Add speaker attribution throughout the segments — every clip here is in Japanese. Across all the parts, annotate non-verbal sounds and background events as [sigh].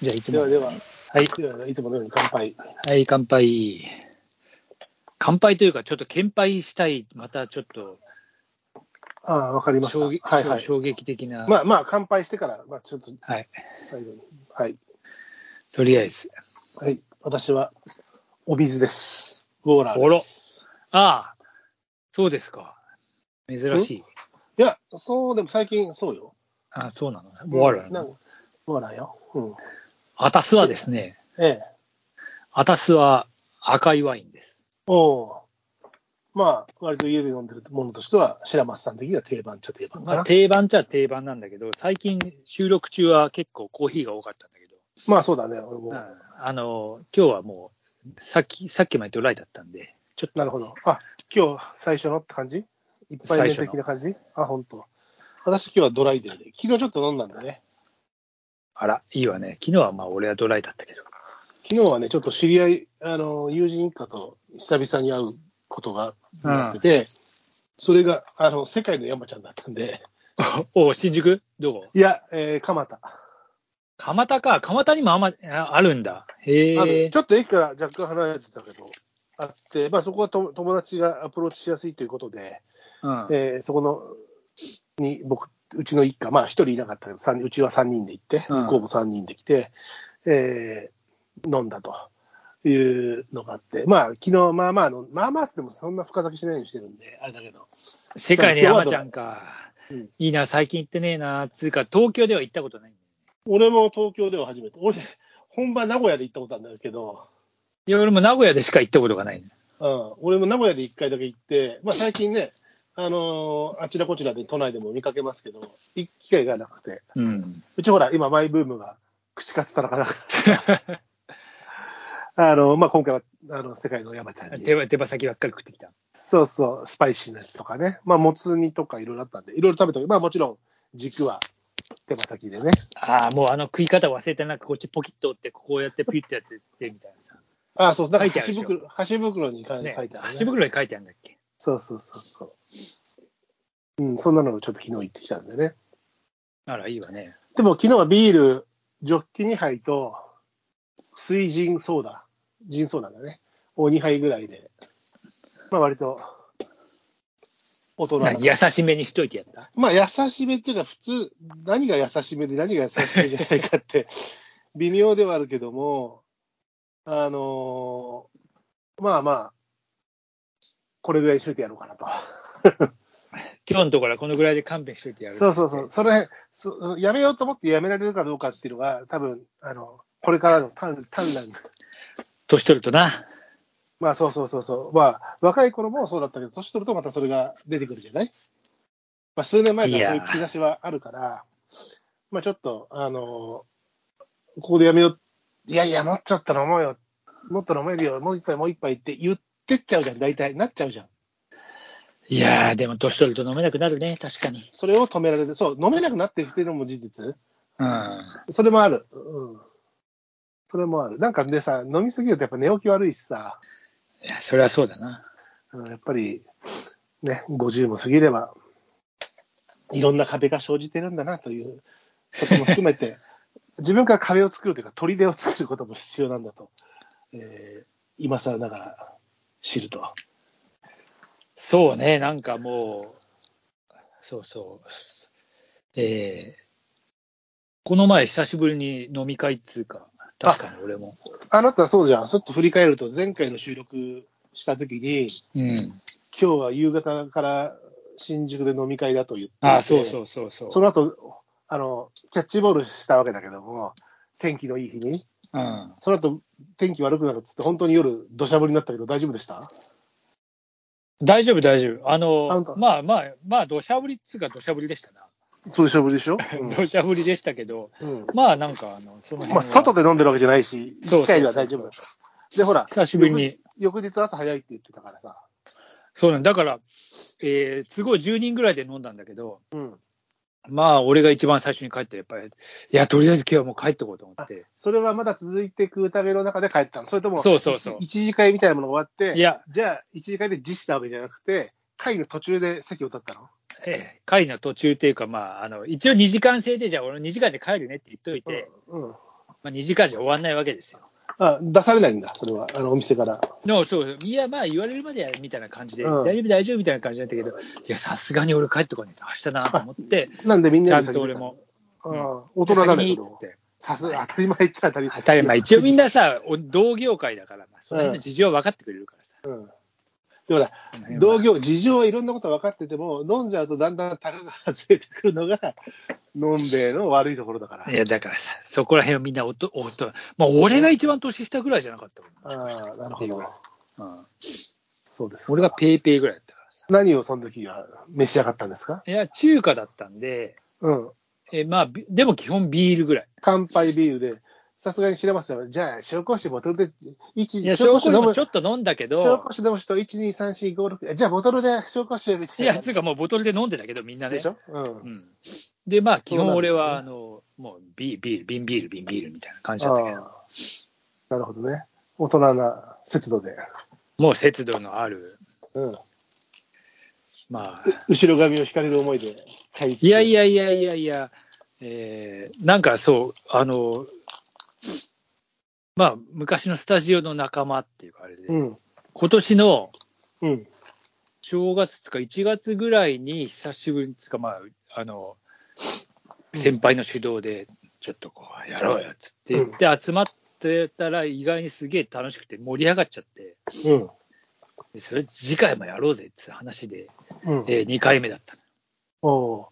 Speaker 1: じゃあ、いつ
Speaker 2: で
Speaker 1: も。
Speaker 2: はでは、
Speaker 1: はい。
Speaker 2: ではいつものように乾杯。
Speaker 1: はい、乾杯。乾杯というか、ちょっと献杯したい、またちょっと
Speaker 2: ああ、わかりました。
Speaker 1: 衝撃,、
Speaker 2: はいはい。
Speaker 1: 衝撃的な、
Speaker 2: まあまあ、乾杯してから、まあちょっと
Speaker 1: はい、
Speaker 2: 最後に。はい。
Speaker 1: とりあえず。
Speaker 2: はい。私は、お水です。ウォーラー
Speaker 1: おろ
Speaker 2: です。
Speaker 1: ああ、そうですか。珍しい。
Speaker 2: いや、そう、でも最近そうよ。
Speaker 1: ああそうなの。ボアラ
Speaker 2: なん
Speaker 1: の。
Speaker 2: かウォーラーよ。うん。
Speaker 1: あたすはですね、
Speaker 2: ええ。
Speaker 1: あたすは赤いワインです。
Speaker 2: おお。まあ、割と家で飲んでるものとしては、白松さん的には定番っちゃ定番かな。
Speaker 1: まあ、定番っちゃ定番なんだけど、最近収録中は結構コーヒーが多かったんだけど、
Speaker 2: まあそうだね、俺も。
Speaker 1: うんあの、今日はもう、さっき、さっきまでドライだったんで、ちょっと
Speaker 2: なるほど。あ、今日最初のって感じ一杯目的な感じあ、本当。私今日はドライデーで。昨日ちょっと飲んだんだね。
Speaker 1: あら、いいわね。昨日はまあ俺はドライだったけど。
Speaker 2: 昨日はね、ちょっと知り合い、あの、友人一家と久々に会うことがあってて、それが、あの、世界の山ちゃんだったんで、
Speaker 1: おお、新宿どこ
Speaker 2: いや、えー、蒲田。
Speaker 1: 蒲田か。蒲田にもあんま、ああるんだ。へ
Speaker 2: あの
Speaker 1: え
Speaker 2: ち。ょっと駅から若干離れてたけど、あって、まあそこはと友達がアプローチしやすいということで、
Speaker 1: うん
Speaker 2: えーそこの、に僕、うちの一家、まあ一人いなかったけど、三人うちは3人で行って、
Speaker 1: うん
Speaker 2: 向こうも3人で来て、えー飲んだというのがあって、まあ昨日、まあまあの、まあまあっつってもそんな深酒しないようにしてるんで、あれだけど、
Speaker 1: 世界の山ちゃんか
Speaker 2: うん。
Speaker 1: いいな、最近行ってねえな。つうか、東京では行ったことないんだよね。
Speaker 2: 俺も東京では初めて、俺、本場名古屋で行ったことあるんだけど、
Speaker 1: いや、俺も名古屋でしか行ったことがないね。
Speaker 2: うん、俺も名古屋で1回だけ行って、まあ、最近ね、あのーあちらこちらで都内でも見かけますけど、行く機会がなくて、 [laughs]
Speaker 1: うん。
Speaker 2: うちほら、今、マイブームが口活田中だから、あのまあ、今回はあの世界の山ちゃんに、
Speaker 1: 手羽手羽先ばっかり食ってきた。
Speaker 2: そうそう、スパイシーなやつとかね、まあ、もつ煮とかいろいろあったんで、いろいろ食べたけど、まあ、もちろん軸は手羽先でね、
Speaker 1: ああ、もうあの食い方忘れてなんかこっちポキッと折って、こうやってピュッとやってってみたいなさ。
Speaker 2: ああ、そう、だから
Speaker 1: 書いてあるで
Speaker 2: 箸
Speaker 1: しょ
Speaker 2: 袋箸袋に書いて
Speaker 1: ね
Speaker 2: ある、ね、。
Speaker 1: 箸袋に書いてあるんだっけ。
Speaker 2: そうそうそうそう、うん、そんなのをちょっと昨日行ってきたんでね。
Speaker 1: あら、いいわね。
Speaker 2: でも昨日はビール、ジョッキ2杯と、水ジンソーダ、ジンソーダだね、を2杯ぐらいで、まあ割と、大人な
Speaker 1: な優しめにしといてやった。
Speaker 2: まあ優しめっていうか、普通、何が優しめで何が優しめじゃない
Speaker 1: [laughs]
Speaker 2: かって、微妙ではあるけども、あのーまあまあ、これぐらいにしといてやろうかなと。
Speaker 1: 今日のところはこのぐらいで勘弁しといてやる。
Speaker 2: そうそうそう、それそ、やめようと思ってやめられるかどうかっていうのが、多分あのこれからの単単なる、
Speaker 1: 年取るとな。
Speaker 2: まあそうそうそうそう、まあ、若い頃もそうだったけど、年取るとまたそれが出てくるじゃない、まあ、数年前からそういう
Speaker 1: いやー
Speaker 2: 兆しはあるから、まあ、ちょっと、あのここでやめよう、いやいや、もっちょっと飲もうよ、もっと飲めるよ、もう一杯、もう一杯って言ってっちゃうじゃん、大体、なっちゃうじゃん。
Speaker 1: いやー、でも年取ると飲めなくなるね、確かに。
Speaker 2: それを止められる、そう、飲めなくなってきてるのも事実。
Speaker 1: うん。
Speaker 2: それもある。うん。それもある。なんかねさ、飲みすぎるとやっぱ寝起き悪いしさ、
Speaker 1: いや、それはそうだな。
Speaker 2: うんやっぱり、ね、50も過ぎれば、いろんな壁が生じてるんだなということも含めて、 [laughs] 自分から壁を作るというか、砦を作ることも必要なんだと、えー今更ながら知ると。
Speaker 1: そうね、なんかもう、そうそう。すえー、この前、久しぶりに飲み会っつうか、確かに俺も。
Speaker 2: あなたそうじゃん。ちょっと振り返ると、前回の収録した時に、
Speaker 1: うん。
Speaker 2: 今日は夕方から新宿で飲み会だと言っていて。
Speaker 1: あ、そうそうそうそう。
Speaker 2: その後あのキャッチボールしたわけだけども、天気のいい日に、
Speaker 1: うん、
Speaker 2: その後天気悪くなるっつって、本当に夜、土砂降りになったけど、大丈夫でした
Speaker 1: 大丈夫、大丈夫。あの、
Speaker 2: あんた
Speaker 1: まあまあ、まあ、土砂降りっつうか、土砂降りでしたな。
Speaker 2: そういう砂降りでしょ、
Speaker 1: 土砂降りでしたけど、
Speaker 2: うんうん
Speaker 1: まあなんか、あの、その辺は
Speaker 2: まあ、外で飲んでるわけじゃないし、
Speaker 1: そうそうそう
Speaker 2: 機械では大丈夫だった。で、ほら、
Speaker 1: 久しぶりに。
Speaker 2: 翌日朝早いって言ってたからさ、
Speaker 1: そうなんだから、えー、すごい10人ぐらいで飲んだんだけど、
Speaker 2: うん、
Speaker 1: まあ、俺が一番最初に帰って、やっぱり、いや、とりあえず今日はもう帰ってこうと思って。
Speaker 2: それはまだ続いていく宴の中で帰ったの、それとも
Speaker 1: そうそうそう
Speaker 2: 一次会みたいなものが終わって、
Speaker 1: いや、
Speaker 2: じゃあ、一次会で実したわけじゃなくて、会の途中で席を立ったの
Speaker 1: ええ、会の途中っていうか、まあ、あの一応2時間制で、じゃあ、俺2時間で帰るねって言っといて、
Speaker 2: うんうん
Speaker 1: まあ、2時間じゃ終わんないわけですよ。
Speaker 2: あ、出されないんだ、それは。あの、お店から。
Speaker 1: のそうそういや、まあ言われるまでやるみたいな感じで、
Speaker 2: うん
Speaker 1: 大丈夫、大丈夫みたいな感じだったけど、いや、さすがに俺帰ってこないと、明日だなと思って、
Speaker 2: なんでみん
Speaker 1: ち
Speaker 2: な
Speaker 1: ゃ
Speaker 2: よ
Speaker 1: ん
Speaker 2: り先
Speaker 1: と
Speaker 2: に
Speaker 1: 俺
Speaker 2: 出た
Speaker 1: も、
Speaker 2: ああ、大人だね、
Speaker 1: 先に
Speaker 2: そ
Speaker 1: っ
Speaker 2: れ
Speaker 1: つ
Speaker 2: は
Speaker 1: って
Speaker 2: さすが、当たり前っちゃ当たり前。
Speaker 1: 当たり前、一応みんなさ、お同業界だから、まあ、その辺の事情は分かってくれるからさ、
Speaker 2: でほら、
Speaker 1: その辺は
Speaker 2: 同業、事情はいろんなこと分かってても、飲んじゃうとだんだん高が外れてくるのが、のんべえの悪いところだから。
Speaker 1: いや、だからさ、そこら辺はみんなおと、おと、まあ、俺が一番年下ぐらいじゃなかったもん
Speaker 2: ああ、なるほど。
Speaker 1: うん
Speaker 2: そうです。
Speaker 1: 俺がペイペイぐらいだったからさ。
Speaker 2: 何をその時は召し上がったんですか
Speaker 1: いや、中華だったんで、
Speaker 2: うん。
Speaker 1: えまあ、ビでも基本ビールぐらい。
Speaker 2: 乾杯ビールで、さすがに白松さんは、じゃあ、塩コシボトルで、一
Speaker 1: いや、
Speaker 2: 塩
Speaker 1: 紹
Speaker 2: コシ
Speaker 1: 興
Speaker 2: 飲
Speaker 1: 酒
Speaker 2: む
Speaker 1: もちょっと飲んだけ
Speaker 2: 塩
Speaker 1: ど
Speaker 2: コ、シ飲む人、1、2、3、4、5、6、じゃあ、ボトルで塩コシみた
Speaker 1: い
Speaker 2: いな。
Speaker 1: や、つうかもうボトルで飲んでたけど、みんなね。
Speaker 2: でしょうん
Speaker 1: う。ん。で、まあ、基本俺は、
Speaker 2: そうな
Speaker 1: あ
Speaker 2: ん
Speaker 1: の、もうビール、ビール、瓶ビール、瓶ビールみたいな感じだったけど、
Speaker 2: ああなるほどね。大人な節度で。
Speaker 1: もう節度のある、
Speaker 2: うん。
Speaker 1: まあ、
Speaker 2: 後ろ髪を引かれる思いで。
Speaker 1: いやいや
Speaker 2: や。
Speaker 1: いやいやいや、えーなんかそう、あの、まあ、昔のスタジオの仲間っていうか、あれで、
Speaker 2: うん。
Speaker 1: 今年の
Speaker 2: うん。
Speaker 1: 正月つか、1月ぐらいに久しぶりにつか、まあ、あの、
Speaker 2: うん
Speaker 1: 先輩の主導で、ちょっとこう、やろうよっつって言って、集まってたら、意外にすげえ楽しくて、盛り上がっちゃって、
Speaker 2: うん。
Speaker 1: でそれ次回もやろうぜって話で、
Speaker 2: うん。
Speaker 1: え2回目だった
Speaker 2: おお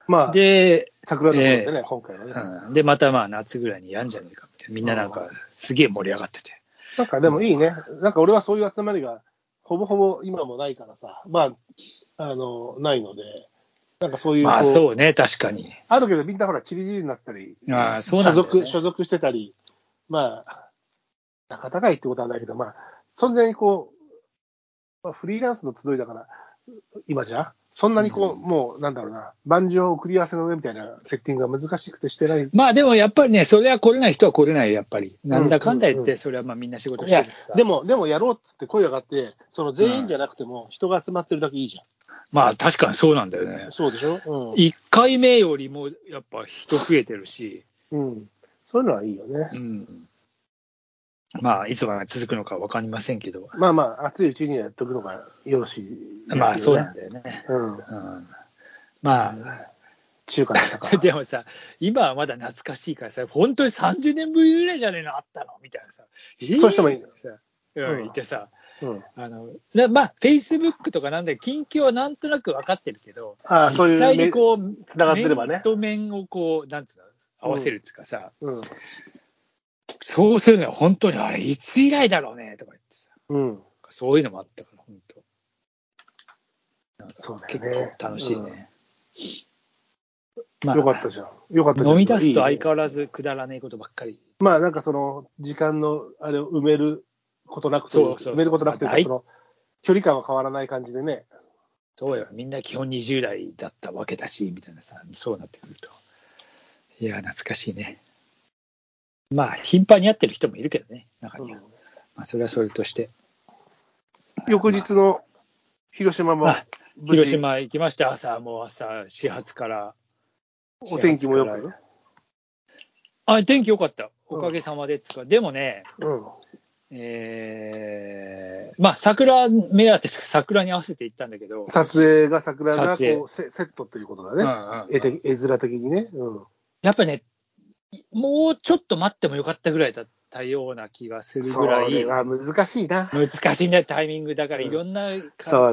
Speaker 2: ー。ま
Speaker 1: の。
Speaker 2: あ、
Speaker 1: で、
Speaker 2: 桜の部分でね、今回はね。
Speaker 1: うんで、またまあ夏ぐらいにやんじゃねえかみたいな、みんななんかすげえ盛り上がってて。
Speaker 2: なんかでもいいね。なんか俺はそういう集まりが、ほぼほぼ今もないからさ。まあ、あの、ないので。なんかそういうこう、
Speaker 1: まあそうね、確かに。
Speaker 2: あるけど、みんなほら、チリチリになってたり、
Speaker 1: ああそうなんだ
Speaker 2: 所
Speaker 1: よね
Speaker 2: 属所属してたり、まあ、仲高いってことはないけど、まあ、そんなにこう、まあ、フリーランスの集いだから、今じゃ、そんなにこう、
Speaker 1: うん
Speaker 2: もう、なんだろうな、盤上送り合わせの上みたいなセッティングが難しくてしてない。い
Speaker 1: まあでもやっぱりね、それは来れない人は来れないよ、やっぱり。なんだかんだ言っ
Speaker 2: うんうんう
Speaker 1: て、それはまあみんな仕事して
Speaker 2: や
Speaker 1: るしさ、。
Speaker 2: でも、でもやろうっつって声が上がって、その全員じゃなくても、人が集まってるだけいいじゃ
Speaker 1: まあ確かにそうなんだよね
Speaker 2: ん。。そうでしょ、
Speaker 1: 1回目よりもやっぱ人増えてるし、
Speaker 2: うん、うん。そういうのはいいよね。
Speaker 1: うん。まあいつまで続くのか分かりませんけど、
Speaker 2: まあまあ、熱いうちにはやっとくのがよろしいですよね。
Speaker 1: まあそうなんだよね。
Speaker 2: うん。
Speaker 1: うん、まあ、
Speaker 2: 中華でしたから。
Speaker 1: [laughs] でもさ、今はまだ懐かしいからさ、本当に30年ぶりぐらいじゃねえのあったのみたいなさ、えー
Speaker 2: そういう人もいる
Speaker 1: ってさ、うん
Speaker 2: うん
Speaker 1: いてさ、
Speaker 2: うん
Speaker 1: あのなまあ、フェイスブックとかなんだけど近況はなんとなく分かってるけど、
Speaker 2: ああ、そうい
Speaker 1: 実
Speaker 2: う
Speaker 1: 際に
Speaker 2: め
Speaker 1: こう、
Speaker 2: つながってればね
Speaker 1: 面と面をこう、なんつうの、合わせるっていうかさ、
Speaker 2: うん。
Speaker 1: そうするのは本当に、あれ、いつ以来だろうねとか言ってさ、
Speaker 2: うん。
Speaker 1: そういうのもあったから、本当。なんか
Speaker 2: そうだよ
Speaker 1: 結
Speaker 2: ね
Speaker 1: 構楽しいね。ま
Speaker 2: よかったじゃん。よかったじゃん。
Speaker 1: 飲み出すと相
Speaker 2: わ
Speaker 1: 変わらずくだらねえことばっかり。
Speaker 2: まあなんかその、時間の、あれを埋めることなくという
Speaker 1: そうそうそう
Speaker 2: 埋めることなくという
Speaker 1: まあ
Speaker 2: か、
Speaker 1: 大
Speaker 2: その、距離感は変わらない感じでね。
Speaker 1: そうよ、みんな基本20代だったわけだし、みたいなさ、そうなってくると。いや、懐かしいね。まあ、頻繁に会ってる人もいるけどね、中には。まあ、それはそれとして。
Speaker 2: 翌日の広島も、
Speaker 1: あ、
Speaker 2: 無事
Speaker 1: 広島行きました、朝、もう朝、始発から。
Speaker 2: お天気もよ
Speaker 1: 始
Speaker 2: く
Speaker 1: 発。あ、天気良かった。おかげさまでっつうか、でもね、
Speaker 2: うん。
Speaker 1: えー、まあ、桜目当てです桜に合わせて行ったんだけど、
Speaker 2: 撮影が桜が
Speaker 1: 撮影
Speaker 2: こうセセットということ
Speaker 1: うんう
Speaker 2: だね。
Speaker 1: んうん
Speaker 2: 絵的絵面的にね。うん。
Speaker 1: やっぱね、もうちょっと待ってもよかったぐらいだったような気がする
Speaker 2: そ
Speaker 1: ぐら
Speaker 2: れ
Speaker 1: い、
Speaker 2: は難しいな。
Speaker 1: 難しいんだよ、タイミング。だから
Speaker 2: うん
Speaker 1: いろんな
Speaker 2: そ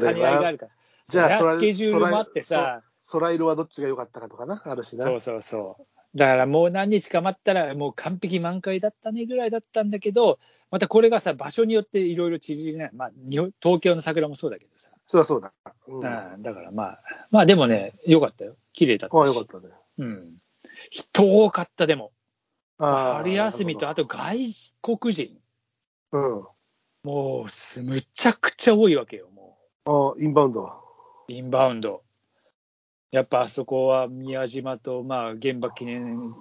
Speaker 1: か
Speaker 2: れは
Speaker 1: 兼ね合いがあるから。
Speaker 2: じゃあ、
Speaker 1: そり
Speaker 2: 空
Speaker 1: スケジュールもあってさ、
Speaker 2: 空空色はどっちが良かったかとかな、あるしな。
Speaker 1: そうそうそう。だからもう何日か待ったら、もう完璧満開だったねぐらいだったんだけど、またこれがさ、場所によっていろいろ縮れない。まあ日本、東京の桜もそうだけどさ。
Speaker 2: そうだそうだ。うん、あ
Speaker 1: うん、だからまあ、まあでもね、よかったよ。綺麗だったし。
Speaker 2: あ、よかったね。
Speaker 1: うん。人多かった、でも。
Speaker 2: ああ
Speaker 1: 春休みと、あと外国人。
Speaker 2: うん。
Speaker 1: もうす、むちゃくちゃ多いわけよ、も
Speaker 2: あインバウンド。
Speaker 1: う、インバウンド。やっぱあそこは宮島と、まあ、原爆記念、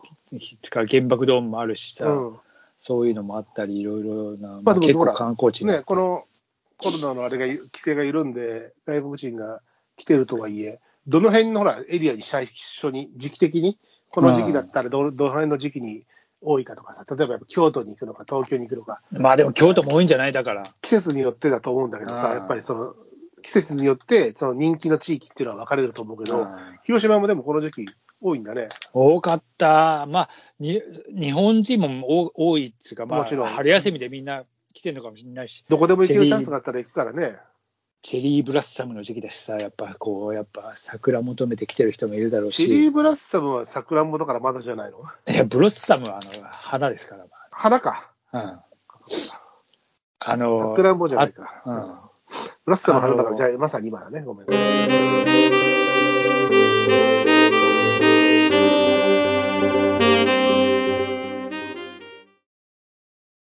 Speaker 1: つか原爆ドームもあるしさ、
Speaker 2: うん。
Speaker 1: そういうのもあったり、いろいろな、
Speaker 2: ま
Speaker 1: ま
Speaker 2: あ
Speaker 1: あ、
Speaker 2: でも
Speaker 1: 結
Speaker 2: ほら
Speaker 1: 構観光地になっ
Speaker 2: ね、
Speaker 1: て
Speaker 2: このコロナのあれが、規制が緩んで、外国人が来てるとはいえ、どの辺のほら、エリアに最初に、時期的に、この時期だったらど、どの辺の時期に多いかとかさ、例えばやっぱ京都に行くのか、東京に行くのか、
Speaker 1: まあでも京都も多いんじゃないだから。
Speaker 2: 季節によってだと思うんだけど
Speaker 1: あ
Speaker 2: さ、
Speaker 1: ー
Speaker 2: やっぱりその、季節によって、その人気の地域っていうのは分かれると思うけ
Speaker 1: う
Speaker 2: ど、
Speaker 1: ん
Speaker 2: 広島もでもこの時期多いんだね。
Speaker 1: 多かった。まあ、に日本人も多多いっつうか、まあ、
Speaker 2: もちろん
Speaker 1: 春休みでみんな来てるのかもしれないし、
Speaker 2: どこでも行けるチャンスがあったら行くからね。
Speaker 1: チェリーブラッサムの時期だしさ、やっぱこう、やっぱ桜求めて来てる人もいるだろう
Speaker 2: チリ
Speaker 1: し、
Speaker 2: ーブラッサムは桜んぼだからまだじゃないの
Speaker 1: いや、ブロッサムはあの花ですから、
Speaker 2: 花か。
Speaker 1: まあ。うん。あの、
Speaker 2: 桜んぼじゃないか
Speaker 1: あうん
Speaker 2: ブラッサムの花だか
Speaker 1: あ
Speaker 2: ら、
Speaker 1: の
Speaker 2: じゃあまさに今だね。ごめん。